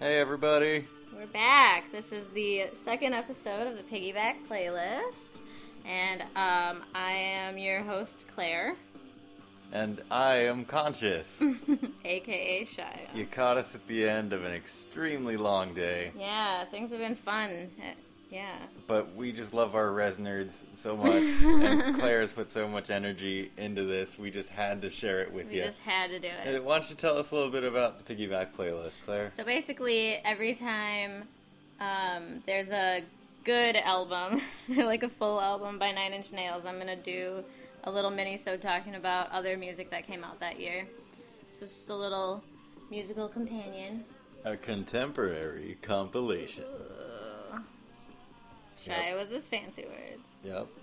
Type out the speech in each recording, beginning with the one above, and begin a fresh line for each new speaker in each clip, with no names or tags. everybody.
We're back. This is the second episode of the Piggyback Playlist. And um, I am your host, Claire,
And I am conscious.
aka Shia.
you caught us at the end of an extremely long day,
Yeah, things have been fun. Uh, Yeah.
but we just love our res nerds so much. and Claire's put so much energy into this, we just had to share it with
We
you.
just had to do
Hey,
it.
Why don't you tell us a little bit about the Piggyback playlist, Claire?
So basically, every time um, there's a good album, like a full album by Nine Inch Nails, I'm going to do a little mini so talking about other music that came out that year. So it's just a little musical companion.
A contemporary compilation.
Ugh.
Yep.
Shy with his fancy words.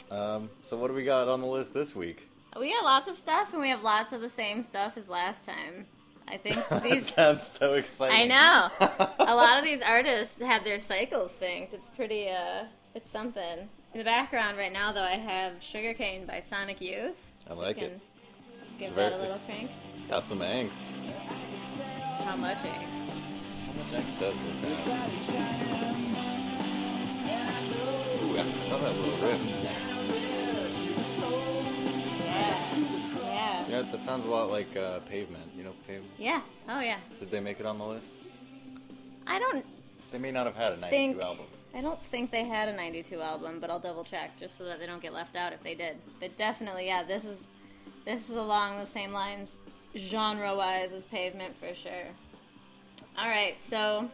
Yep. Um, so, what do we got on the list this week?
We got lots of stuff, and we have lots of the same stuff as last time. I think
that
these.
sounds so exciting.
I know. A lot of these artists had their cycles synced. It's pretty. uh It's something. In the background right now, though, I have "Sugarcane" by Sonic Youth.
I like
you
it.
can Give
It's
that
very-
a little
it's-
crank.
It's got some angst.
How much angst?
How much X does this have? Ooh, I love that little riff.
Yeah. Yeah.
You know, that sounds a lot like uh, Pavement. You know, Pavement?
Yeah. Oh yeah.
Did they make it on the list?
I don't
They may not have had a 92
think
album.
I don't think they had a 92 album, but I'll double check just so that they don't get left out if they did. But definitely, yeah, this is this is along the same lines genre-wise as Pavement for sure. All right, so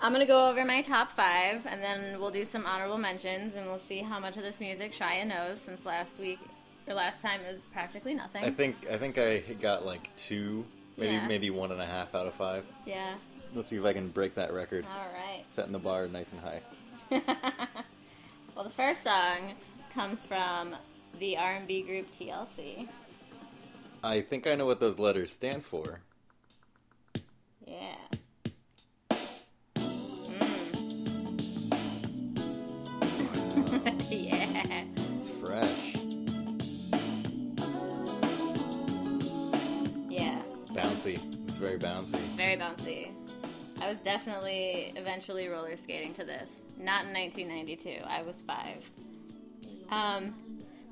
I'm going to go over my top 5 and then we'll do some honorable mentions and we'll see how much of this music Shia knows since last week or last time it was practically nothing.
I think I think I got like two, maybe
Yeah.
maybe one and a half out of five.
yeah.
Let's see if I can break that record.
All right.
Setting the bar nice and high.
well, the first song comes from the R&B group TLC.
I think I know what those letters stand for.
Yeah. Mm. yeah.
It's fresh.
Yeah.
Bouncy. It's very bouncy.
Very bouncy. I was definitely eventually roller skating to this. Not in 1992. I was five. Um,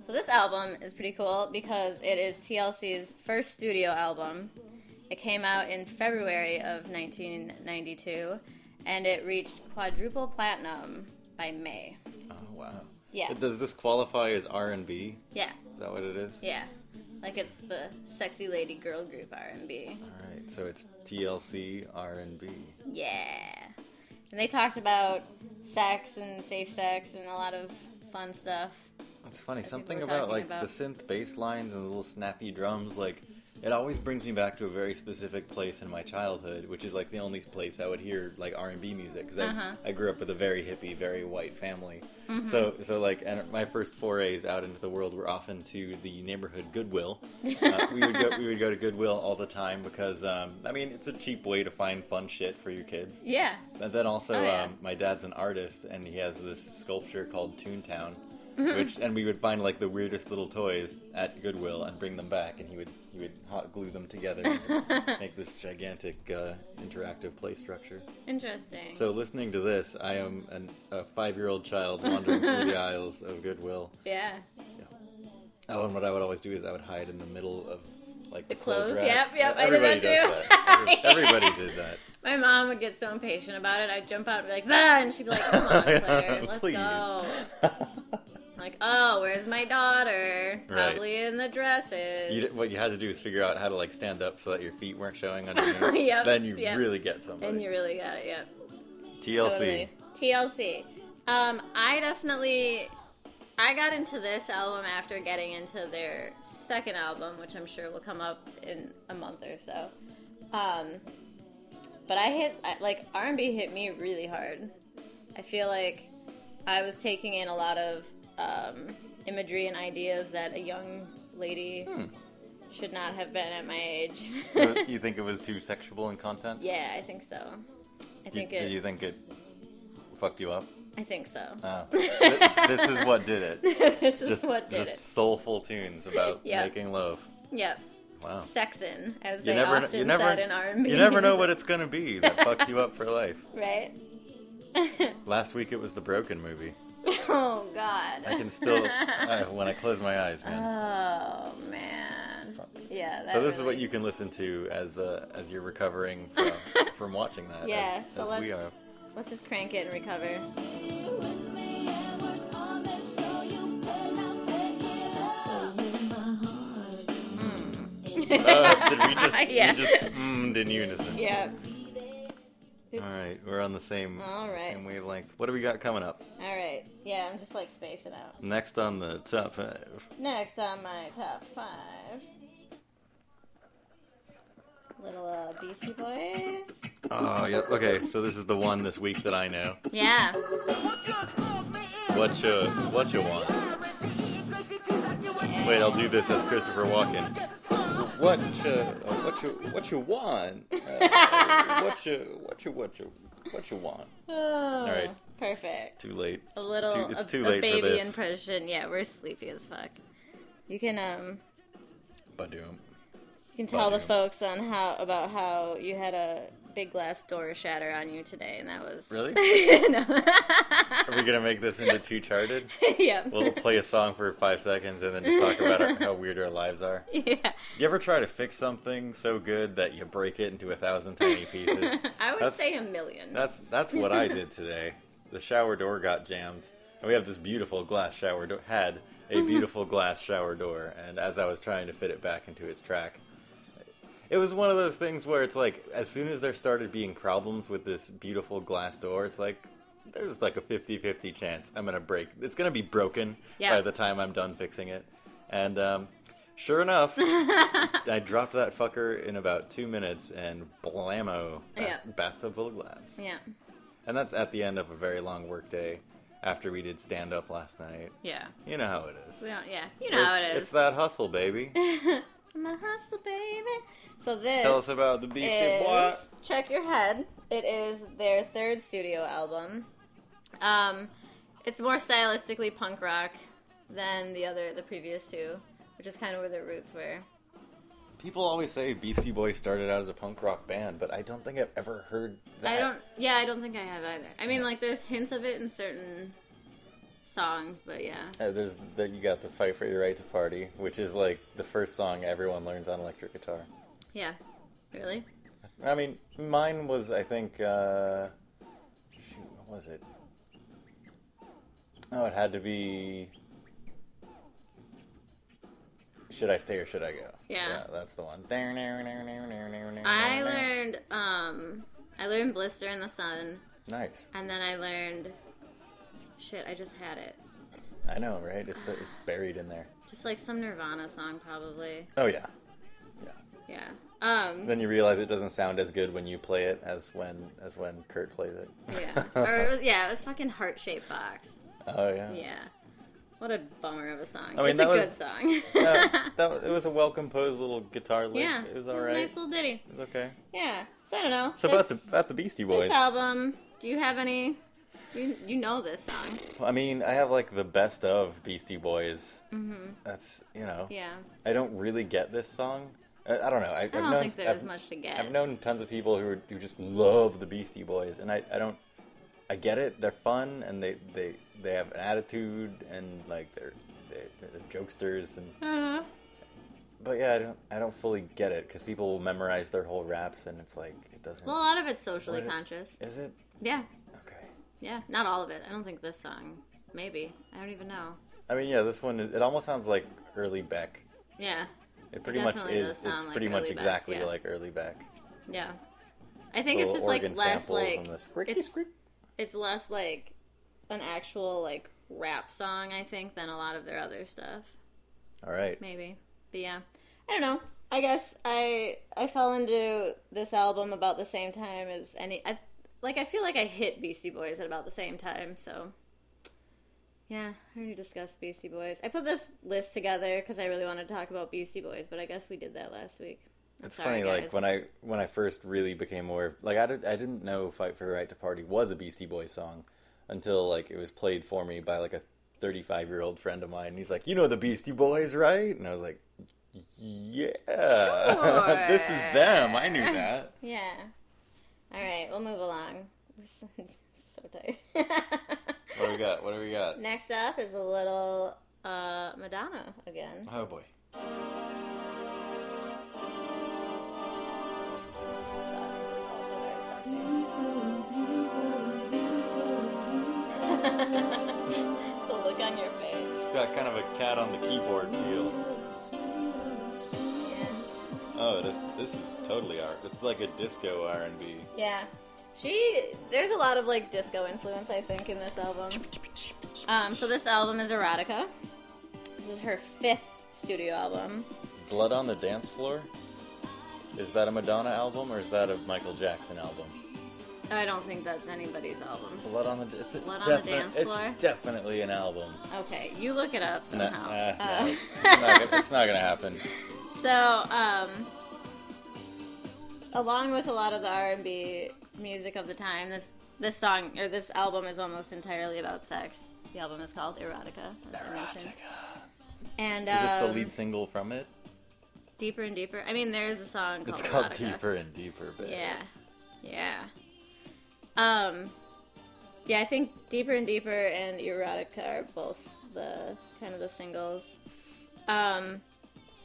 so this album is pretty cool because it is TLC's first studio album. It came out in February of 1992, and it reached quadruple platinum by May.
Oh wow.
Yeah.
Does this qualify as R and B?
Yeah,
Is that what it is?
yeah. Like it's the sexy lady girl group R&B.
All right. So it's TLC R and B.
Yeah. And they talked about sex and safe sex and a lot of fun stuff.
It's funny,
people
something
were
about
talking
like
about.
the synth bass lines and the little snappy drums, like it always brings me back to a very specific place in my childhood, which is like the only place I would hear like R and B music because
Uh-huh. Mm-hmm.
I, I grew up with a very hippie, very white family. So, so like, and my first forays out into the world were often to the neighborhood Goodwill. Uh, we would go, we would go to Goodwill all the time because um, I mean, it's a cheap way to find fun shit for your kids.
Yeah.
But then also,
Oh, yeah.
um, my dad's an artist, and he has this sculpture called Toontown,
Mm-hmm.
which and we would find like the weirdest little toys at Goodwill and bring them back, and he would he would hot glue them together, and make this gigantic uh, interactive play structure.
Interesting.
So listening to this, I am an, a five-year-old child wandering through the aisles of Goodwill.
yeah.
Oh, and what I would always do is I would hide in the middle of like the,
clothes, yep,
racks.
yep, I did
Everybody
that
does
too.
that. Every- Everybody did that.
My mom would get so impatient about it. I'd jump out and be like, "Bah!" and she'd be like, "Come on, Claire, let's
Please.
go." Like, oh, where's my daughter?
Right.
Probably in the dresses.
You, what you had to do is figure out how to like stand up so that your feet weren't showing underneath.
Yep,
then you
yep.
really get somebody.
and you really got it. Yep.
TLC.
Totally. TLC. Um, I definitely I got into this album after getting into their second album, which I'm sure will come up in a month or so. Um, but I hit I- like R&B hit me really hard. I feel like I was taking in a lot of um, imagery and ideas that a young lady should not have been at my age.
Hmm. You- you think it was too sexual in content?
yeah, I think so. I
Do,
think
do
it.
you think it fucked you up?
I think so.
Oh. Th- this is what did it.
this is
Just,
what did
just soulful tunes about
Yeah.
making love.
it. Yep.
Wow.
sexin', as
Oh. You
they
never,
often
you never,
said in R&B.
you never know
music.
what it's gonna be that fucks you up for life.
right.
Last week it was the Broken movie.
Oh God.
I can still, uh, when I close my eyes, man.
Oh man. Yeah. That
so this is
really-
what you can listen to as uh, as you're recovering from, from watching that.
Yeah,
as,
so
as we are.
let's- Let's just crank it and recover.
Uh, did we just,
Hmm. Yeah.
we just mm in unison?
Yeah. Oops.
All right, we're on the same
All right.
same wavelength. What do we got coming up
All right. Yeah, I'm just like spacing out.
next on the top five?
Next on my top five. Little uh, Beastie Boys.
Oh, yeah. Okay, so this is the one this week that I know.
Yeah.
What you what you want? Wait, I'll do this as Christopher Walken. What you uh, what you what you want? Uh, what you what you what you what you want?
All
right.
Oh, Perfect.
Too late.
A little.
Too- it's
a,
too
a
late for
baby
this.
impression. Yeah, we're sleepy as fuck. You can um.
Badoom.
You can tell the
Badu.
folks on how about how you had a big glass door shatter on you today, and that was
Really?
no.
Are we gonna make this into two charted?
yeah.
We'll play a song for five seconds and then just talk about our, how weird our lives are.
yeah.
You ever try to fix something so good that you break it into a thousand tiny pieces?
I would
That's-
say a million.
That's that's what I did today. The shower door got jammed, and we have this beautiful glass shower door. Had a
Mm-hmm.
beautiful glass shower door, and as I was trying to fit it back into its track, it was one of those things where it's like, as soon as there started being problems with this beautiful glass door, it's like. There's like a 50-50 chance I'm gonna break. It's gonna be broken
Yeah.
by the time I'm done fixing it, and um, sure enough, I dropped that fucker in about two minutes and blammo, bath-
Yeah.
bathtub full of glass.
yeah.
And that's at the end of a very long work day after we did stand up last night.
Yeah.
You know how it is.
We don't, yeah. You know how
it's,
it is.
it's that hustle, baby.
I'm a hustle baby. So this
Tell us about the Beastie Boy.
is Check Your Head. It is their third studio album. Um, it's more stylistically punk rock than the other the previous two, which is kind of where their roots were.
People always say Beastie Boys started out as a punk rock band, but I don't think I've ever heard that.
I don't. Yeah, I don't think I have either. I mean, like there's hints of it in certain songs, but yeah.
Uh, there's that you got the fight for your right to party, which is like the first song everyone learns on electric guitar.
Yeah. Really?
I mean, mine was I think uh, shoot, what was it? Oh, it had to be. Should I stay or should I go?
Yeah.
that's the one.
I
I
learned um I learned Blister in the Sun
Nice.
and then I learned shit, I just had it.
I know, right? It's it's buried in there.
Just like some Nirvana song probably.
Oh yeah, yeah.
Yeah. Um
Then you realize it doesn't sound as good when you play it as when as when Kurt plays it.
yeah. Or it was, yeah, it was fucking heart shaped box.
oh yeah.
Yeah. What a bummer of a song.
I mean,
it's a
that
good
was-
song.
No, that was, it was a well composed little guitar lick.
yeah.
it was all
a
right.
nice little ditty.
It was okay.
Yeah. So I don't know.
So about
This-
the about the Beastie Boys.
this album, do you have any you you know this song.
I mean, I have like the best of Beastie Boys. Mm-hmm. That's you know.
Yeah.
I don't really get this song. I, I don't know. I, I've
I don't
known,
think there's
I've,
much to get.
I've known tons of people who are, who just love the Beastie Boys, and I, I don't. I get it. They're fun, and they they they have an attitude, and like they're they, they're jokesters, and
Uh-huh.
but yeah, I don't I don't fully get it because people will memorize their whole raps, and it's like it doesn't.
Well, a lot of it's socially
What?
conscious.
is it
Yeah,
okay?
yeah. Not all of it. I don't think this song. Maybe. I don't even know.
I mean, yeah, this one is, it almost sounds like early Beck.
Yeah,
It pretty much
definitely does
is.
sound
It's
like
pretty much
early Beck,
exactly
yeah.
like early Beck.
yeah. I think it's
Little
just like
organ
less
samples
like
and the squeaky
it's
squeak.
it's less like an actual like rap song. I think than a lot of their other stuff.
All right.
Maybe. But yeah, I don't know. I guess I I fell into this album about the same time as any. I like I feel like I hit Beastie Boys at about the same time. So yeah, I already discussed Beastie Boys. I put this list together because I really wanted to talk about Beastie Boys, but I guess we did that last week. I'm
It's
sorry,
funny, like
guys.
when I when I first really became aware, of, like I, did, I didn't know "Fight for the Right to Party" was a Beastie Boys song until like it was played for me by like a thirty five year old friend of mine. And he's like, "You know the Beastie Boys, right?" And I was like, Yeah.
Sure.
this is them. I knew that.
Yeah. All right, we'll move along. We're so, so tired.
What do we got? What do we got?
Next up is a little uh, Madonna again.
Oh boy.
So, it's also very soft. the look on your face.
It's got kind of a cat on the keyboard feel. Oh, this this is totally art. It's like a disco R and B.
Yeah. She there's a lot of like disco influence I think in this album. Um, so this album is Erotica. This is her fifth studio album.
Blood on the dance floor. Is that a Madonna album or is that a Michael Jackson album?
I don't think that's anybody's album.
Blood on the it's a
Blood on the Dance
definite,
Floor?
It's definitely an album.
Okay, you look it up
No,
somehow.
uh,
Uh,
no, it's, not, gonna- it's not gonna happen.
So, um, along with a lot of the R and B music of the time, this this song or this album is almost entirely about sex. The album is called Erotica. As I mentioned. And
Is this
um,
the lead single from it?
Deeper and Deeper. I mean, there's a song called
It's called
Erotica.
Deeper and Deeper, babe.
Yeah, yeah. Um, yeah. I think Deeper and Deeper and Erotica are both the kind of the singles. Um,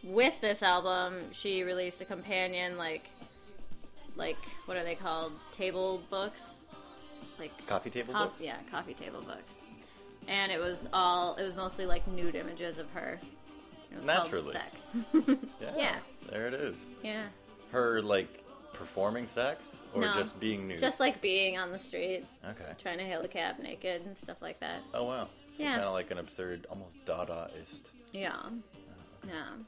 with this album, she released a companion like, like what are they called? Table books, like
Coffee table
coff-
books.
yeah, coffee table books. And it was all it was mostly like nude images of her. It was
Naturally.
called sex.
yeah.
yeah.
There it is.
yeah.
Her like performing sex or
No.
just being nude.
Just like being on the street.
okay.
trying to hail a cab naked and stuff like that.
Oh wow. So
Yeah.
Kind of like an absurd, almost Dadaist.
Yeah. Yeah.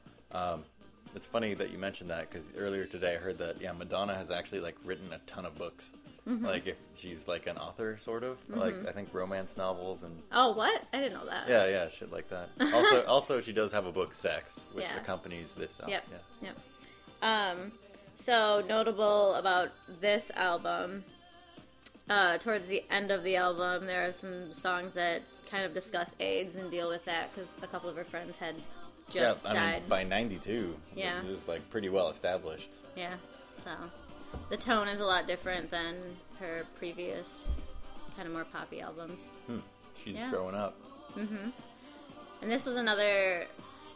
It's funny that you mentioned that because earlier today I heard that yeah Madonna has actually like written a ton of books.
Mm-hmm.
Like if she's like an author sort of like I think romance novels and
Oh, what? I didn't know that.
yeah yeah shit like that. Also also she does have a book Sex which
Yeah.
accompanies this. Album.
Yep.
Yeah.
Yep. Um, so notable about this album, uh, towards the end of the album, there are some songs that kind of discuss AIDS and deal with that because a couple of her friends had just
yeah, I
died.
mean by '92.
Yeah.
It was like pretty well established.
yeah. So the tone is a lot different than her previous kind of more poppy albums.
She's
Yeah.
growing up.
And this was another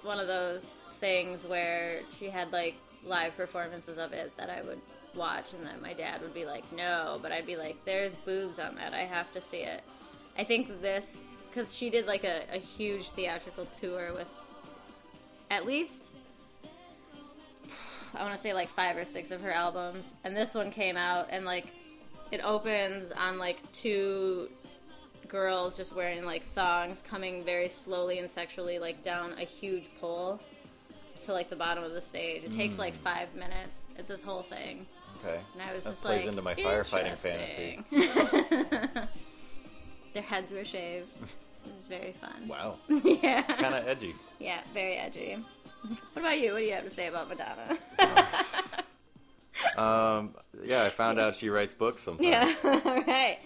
one of those things where she had like live performances of it that I would watch, and that my dad would be like, "No," but I'd be like, "There's boobs on that. I have to see it." I think this because she did like a, a huge theatrical tour with at least I want to say like five or six of her albums, and this one came out and like it opens on like two girls just wearing like thongs coming very slowly and sexually like down a huge pole to like the bottom of the stage. It takes like five minutes. It's this whole thing,
Okay.
and I was
Hmm. that
just
plays
like,
into my firefighting fantasy.
"Interesting." Their heads were shaved. It was very fun.
Wow.
yeah.
kind of edgy.
Yeah, very edgy. What about you? What do you have to say about Madonna?
Um, yeah, I found out she writes books sometimes.
yeah, all right.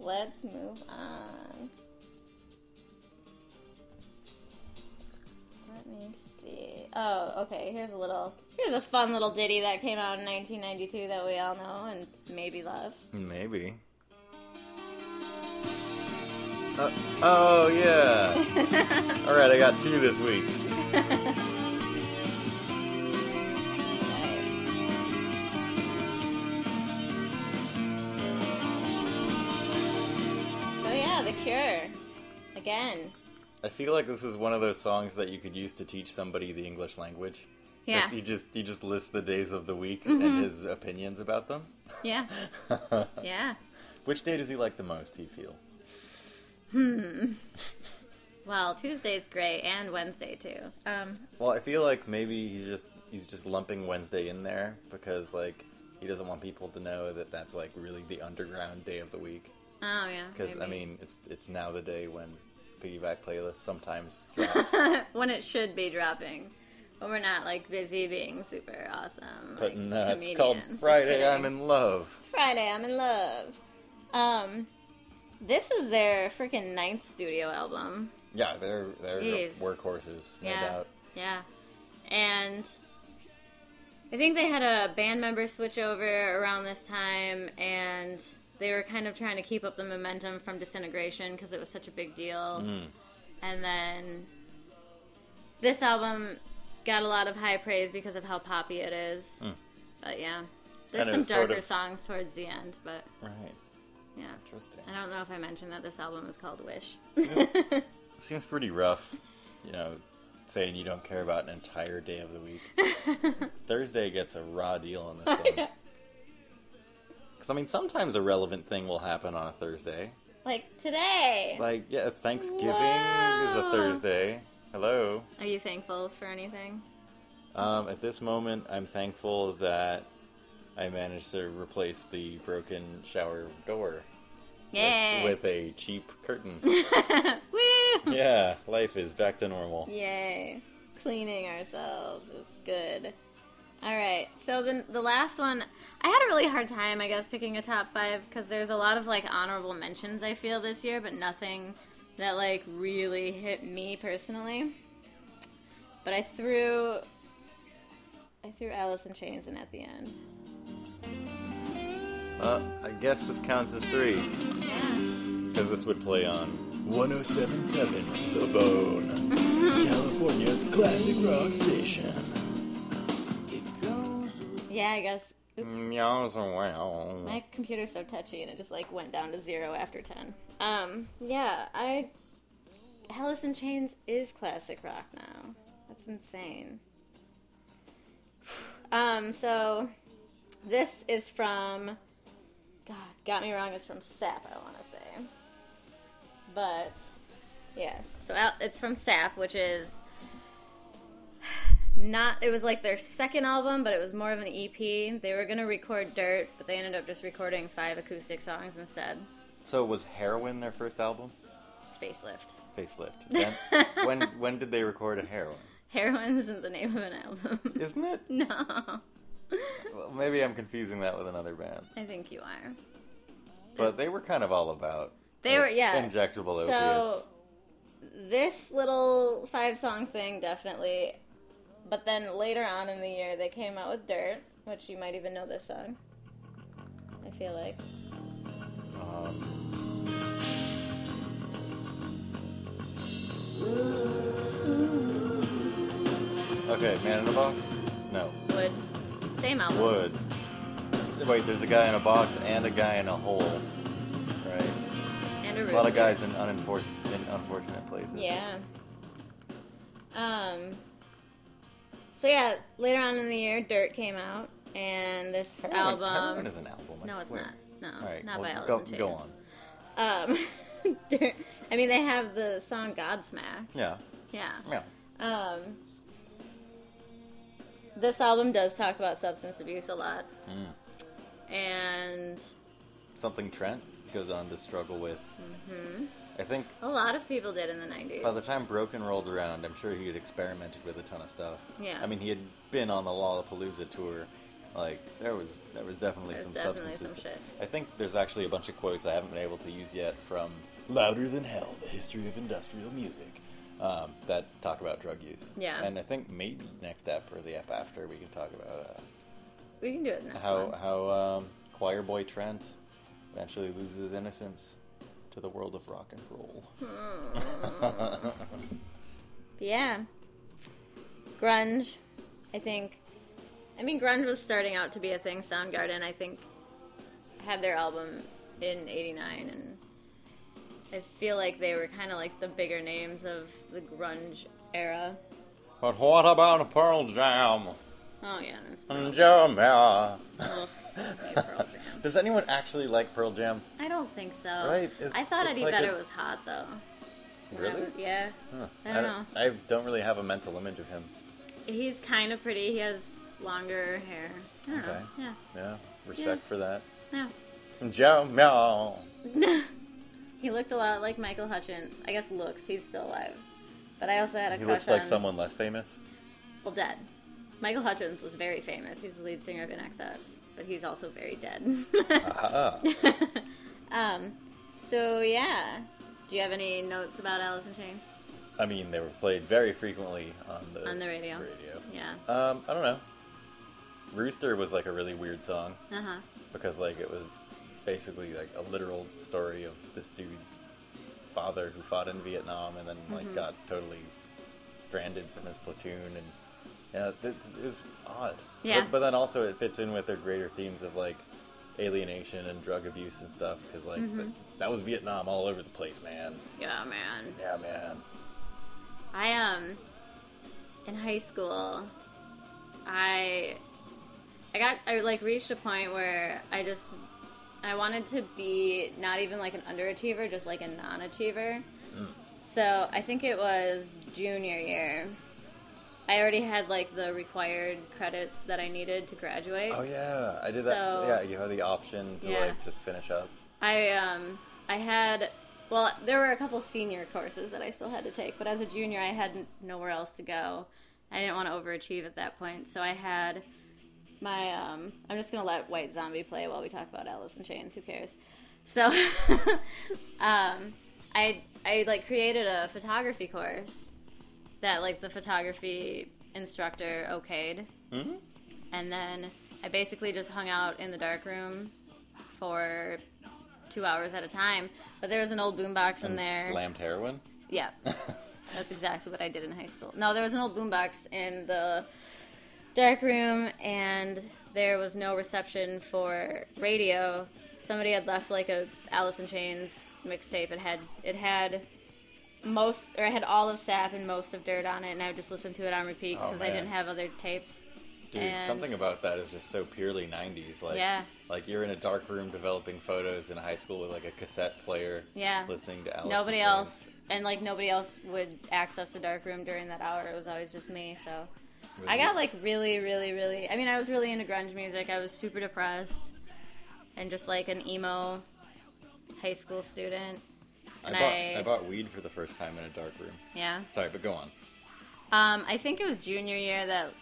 Let's move on. Let me see. Oh, okay. Here's a little. Here's a fun little ditty that came out in 1992 that we all know and maybe love.
Maybe. Uh, oh yeah. All right, I got two this week.
Right. So yeah, The Cure. Again.
I feel like this is one of those songs that you could use to teach somebody the English language. 'Cause You just you just list the days of the week and his opinions about them.
Yeah. Yeah.
Which day does he like the most? Do you feel?
Well, Tuesday's great and Wednesday too. Um,
Well, I feel like maybe he's just he's just lumping Wednesday in there because like he doesn't want people to know that that's like really the underground day of the week.
oh yeah.
Because I
maybe.
mean, it's it's now the day when piggyback playlist sometimes drops.
when it should be dropping, when we're not like busy being super awesome.
but
like,
no, it's
comedians.
called
Just
Friday.
kidding.
I'm in love.
Friday. I'm in love. Um, this is their freaking ninth studio album.
Yeah, they're they're
Jeez.
workhorses, no
yeah,
doubt.
yeah. and I think they had a band member switch over around this time, and they were kind of trying to keep up the momentum from Disintegration because it was such a big deal.
Mm.
And then this album got a lot of high praise because of how poppy it is.
Mm.
But yeah, there's
Kind
some
of sort
darker
of-
songs towards the end, but
Right.
yeah.
Interesting.
I don't know if I mentioned that this album is called Wish.
Seems pretty rough, you know, saying you don't care about an entire day of the week. Thursday gets a raw deal on this one.
Yeah.
Because, I mean, sometimes a relevant thing will happen on a Thursday.
like today.
Like, yeah, Thanksgiving is a
Wow.
Thursday. Hello.
Are you thankful for anything?
Um, at this moment, I'm thankful that I managed to replace the broken shower door with-
Yay!
with a cheap curtain.
Woo!
yeah, life is back to normal.
Yay! Cleaning ourselves is good. All right. So then the last one, I had a really hard time, I guess, picking a top five because there's a lot of like honorable mentions I feel this year, but nothing that like really hit me personally. But I threw, I threw Alice in Chains in at the end.
Uh, I guess this counts as three.
Yeah.
Because this would play on 1077 The Bone, California's classic rock station.
Yeah, I guess. Oops.
Mm. Meows and wow.
My computer's so touchy, and it just like went down to zero after ten. Um, yeah, I. Alice in Chains is classic rock now. That's insane. Um, so this is from. God, got me wrong. It's from Sap. I want to say, but yeah. So Al- it's from Sap, which is not it was like their second album but it was more of an ep they were going to record dirt but they ended up just recording five acoustic songs instead
So was Heroin their first album?
facelift
Facelift. Then, when when did they record a Heroin?
heroin isn't the name of an album
Isn't it?
no
Well, maybe I'm confusing that with another band.
i think you are
But they were kind of all about uh,
They were- yeah.
injectable
so
opiates.
this little five song thing definitely but then later on in the year they came out with dirt which you might even know this song i feel like
Um, okay, Man in a Box? No.
wood same album
Wood. Wait, there's a guy in a box and a guy in a hole. Right.
and a
A lot of
rooster.
guys in, unenfor- in unfortunate places.
Yeah. Um. So yeah, later on in the year, Dirt came out, and this
Heroin, Heroin
album.
is an album. I
no, it's
swear.
not. No,
All right,
not
well,
by Alice
go,
in Chains.
go on.
Um, Dirt. I mean, they have the song Godsmack.
Yeah.
Yeah.
Yeah.
Um. This album does talk about substance abuse a lot,
Mm.
and
Something Trent goes on to struggle with.
Mm-hmm.
I think
a lot of people did in the '90s.
By the time Broken rolled around, I'm sure he had experimented with a ton of stuff.
Yeah.
I mean, he had been on the Lollapalooza tour. Like there was there was definitely
There's
some
definitely
substances.
some shit.
I think there's actually a bunch of quotes I haven't been able to use yet from Louder Than Hell: The History of Industrial Music um, that talk about drug use.
Yeah.
And I think maybe next app or the app after we can talk about
we can do it
uh,
next
how
one.
how um, choir boy Trent eventually loses his innocence to the world of rock and roll.
Hmm. But yeah. Grunge, I think. I mean, grunge was starting out to be a thing. Soundgarden, I think, had their album in '89, and I feel like they were kind of like the bigger names of the grunge era.
But what about Pearl Jam?
Oh yeah,
Jamaica.
Ugh, I hate Pearl Jam.
Does anyone actually like Pearl Jam?
I don't think so.
Right, it's-
I thought
it's
Eddie
like
Vedder
a-
was hot though.
Really?
Yeah.
Huh.
I don't know.
I don't really have a mental image of him.
He's kind of pretty. He has longer hair. I don't
Okay.
know. Yeah.
Yeah. Respect for that.
Yeah.
Jamaica.
He looked a lot like Michael Hutchins. I guess looks. He's still alive. But I also had a
He
crush
looks like
on-
someone less famous.
Well, dead. Michael Hutchins was very famous. He's the lead singer of NXS, but he's also very dead.
Ah.
um, so yeah. Do you have any notes about Alice in Chains?
I mean, they were played very frequently on the
On the radio.
radio.
Yeah. Yeah.
Um, I don't know. Rooster was like a really weird song
Uh huh.
because like it was basically like a literal story of this dude's father who fought in Vietnam and then like
Mm-hmm.
got totally stranded from his platoon and yeah, it's, it's odd.
Yeah.
But, but then also it fits in with their greater themes of like alienation and drug abuse and stuff because like
Mm-hmm.
th- that was Vietnam all over the place, man.
Yeah, man.
Yeah, man.
I um in high school I I got I like reached a point where I just I wanted to be not even like an underachiever, just like a non-achiever.
Mm.
So, I think it was junior year. I already had like the required credits that I needed to graduate.
Oh yeah, I did
So-
that. Yeah, you have the option to
Yeah.
like just finish up.
I um I had well there were a couple senior courses that I still had to take, but as a junior I had n- nowhere else to go. I didn't want to overachieve at that point, so I had my um I'm just gonna let White Zombie play while we talk about Alice in Chains. Who cares? So um I I like created a photography course that like the photography instructor okayed,
Mm-hmm.
and then I basically just hung out in the dark room for two hours at a time. But there was an old boombox in
And
there.
slammed heroin.
Yeah, that's exactly what I did in high school. No, there was an old boombox in the dark room, and there was no reception for radio. Somebody had left like a Alice in Chains mixtape. It had it had most or it had all of Sap and most of Dirt on it, and I would just listen to it on repeat
Oh,
because I
man.
didn't have other tapes.
Dude,
And-
something about that is just so purely '90s. Like,
Yeah.
like you're in a dark room developing photos in high school with like a cassette player.
Yeah.
listening to Alice.
nobody
in Chains.
else and like nobody else would access the dark room during that hour it was always just me so
Was
i got
it-
like really really really i mean i was really into grunge music i was super depressed and just like an emo high school student
I
and
bought,
I-
I bought weed for the first time in a dark room.
yeah
Sorry, but go on.
Um, I think it was junior year that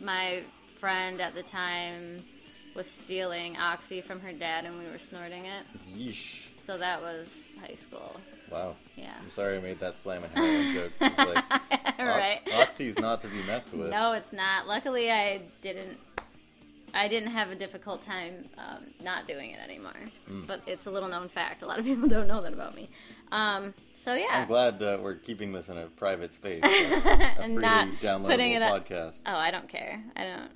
my friend at the time was stealing oxy from her dad and we were snorting it.
Yeesh.
So that was high school.
Wow.
Yeah.
I'm sorry I made that slam and heroin joke. 'cause, Like,
right.
o- Oxy's not to be messed with.
No, it's not. Luckily, I didn't. I didn't have a difficult time um, not doing it anymore.
Mm.
But it's a little known fact. A lot of people don't know that about me. Um, so yeah.
I'm glad uh, we're keeping this in a private space, a freely
not
downloadable
putting it up-
podcast.
oh, I don't care. I don't.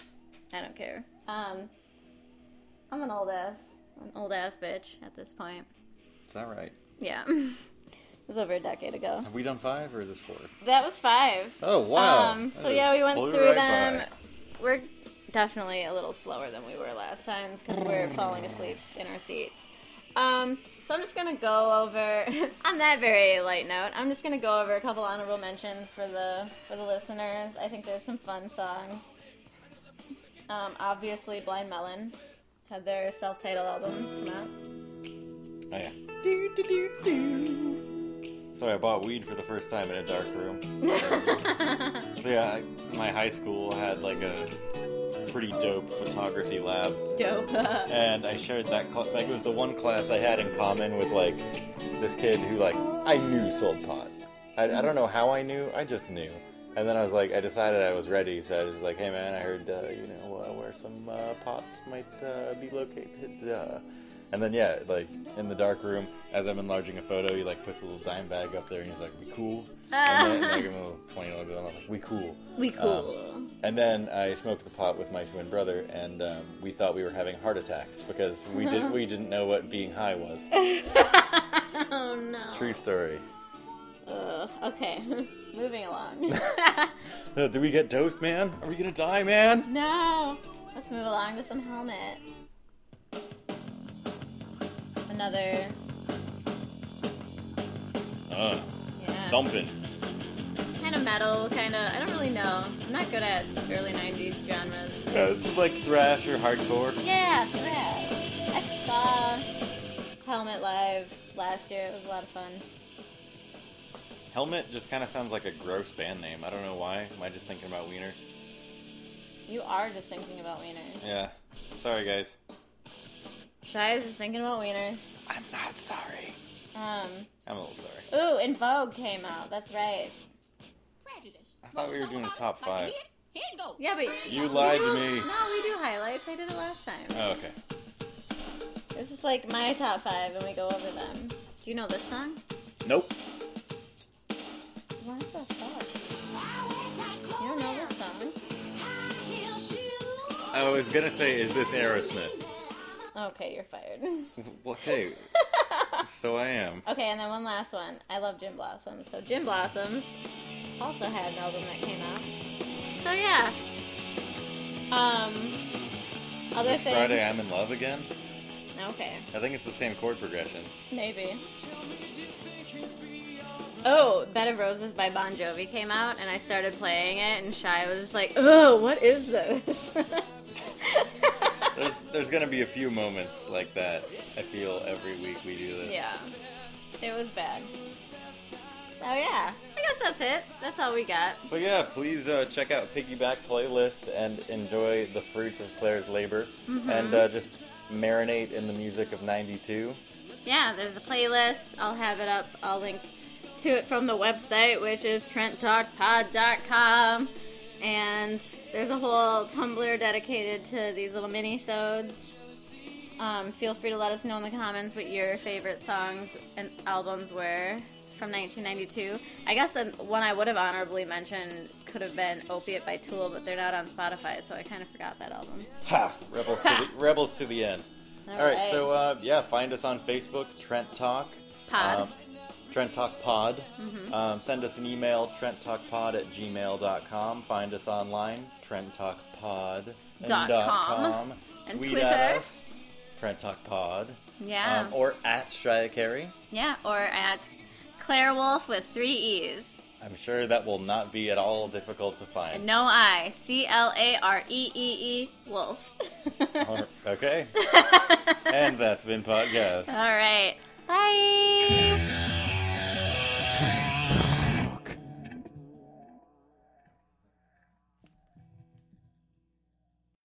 I don't care. Um, I'm an old ass. An old ass bitch at this point.
Is that right?
Yeah. it was over a decade ago.
Have we done five or is this four?
That was five.
Oh wow.
Um,
That
so
just
yeah, we went
flew
through
right
them.
by.
We're definitely a little slower than we were last time because we're falling asleep in our seats. Um, so I'm just gonna go over on that very light note. I'm just gonna go over a couple honorable mentions for the for the listeners. I think there's some fun songs. Um, obviously, Blind Melon had their self-titled album come out.
Oh yeah. Oh, So I bought weed for the first time in a dark room. so yeah, I, my high school had like a pretty dope photography lab,
Dope.
and I shared that. Cl- like it was the one class I had in common with like this kid who like I knew sold pot. I, I don't know how I knew. I just knew. And then I was like, I decided I was ready, so I was just like, hey man, I heard, uh, you know, uh, where some uh, pots might uh, be located. Uh. And then, yeah, like, in the dark room, as I'm enlarging a photo, he, like, puts a little dime bag up there and he's like, we cool? And then I give him a little 20 dollar bill and I'm like, we cool.
we cool.
And then I smoked the pot with my twin brother, and um, we thought we were having heart attacks because we did we didn't know what being high was.
oh no.
True story.
Ugh, okay, moving along.
Uh, do we get toast, man? Are we gonna die, man?
No! Let's move along to some helmet. Another.
Uh,
Yeah.
thumping.
Kind of metal, kind of. I don't really know. I'm not good at early 90s genres.
Yeah, this is like thrash or hardcore.
Yeah, thrash. I saw Helmet Live last year. It was a lot of fun.
Helmet just kind of sounds like a gross band name. I don't know why. Am I just thinking about wieners?
You are just thinking about wieners.
Yeah. Sorry, guys.
Shy is just thinking about wieners.
I'm not sorry.
Um.
I'm a little sorry.
Ooh, and Vogue came out. That's right.
prejudice.
I thought we were doing a top five.
He ain't go.
Yeah, but
You lied to
No,
me.
No, we do highlights. I did it last time.
Oh, okay.
This is like my top five, and we go over them. Do you know this song?
Nope.
What the fuck? You don't know this song?
I was gonna say, is this Aerosmith?
Okay, you're fired.
Okay. so I am.
Okay, and then one last one. I love Jim Blossoms. So Jim Blossoms also had an album that came out. So yeah. Um. Other
This
things.
Friday, I'm in love again.
Okay,
I think it's the same chord progression.
maybe. Oh, Bed of Roses by Bon Jovi came out, and I started playing it, and Shy was just like, "Oh, what is this?"
There's there's gonna be a few moments like that. I feel every week we do this.
Yeah. It was bad. So yeah. I guess that's it. That's all we got.
So yeah, please uh, check out Piggyback playlist and enjoy the fruits of Claire's labor,
Mm-hmm.
and uh, just marinate in the music of '92.
Yeah, there's a playlist. I'll have it up. I'll link to it from the website, which is TrentTalkPod.com. And there's a whole Tumblr dedicated to these little mini-sodes. Um, feel free to let us know in the comments what your favorite songs and albums were from 1992. I guess an- one I would have honorably mentioned could have been Opiate by Tool, but they're not on Spotify, so I kind of forgot that album.
Ha! Rebels to the rebels to the end.
All
All right,
right.
so uh, yeah, find us on Facebook, Trent Talk
Pod. Mm-hmm.
um, Trent Talk Pod. Um, send us an email, TrentTalkPod at gmail.com. Find us online, TrentTalkPod. and uh,
Dot com. And
Tweet
Twitter.
at us, Trent Talk Pod.
Yeah.
Um, or at Shia Carey.
Yeah, or at Claire Wolf with three E's.
I'm sure that will not be at all difficult to find.
No I. C L A R E E E Wolf. All
Or- okay. and that's been podcast.
right.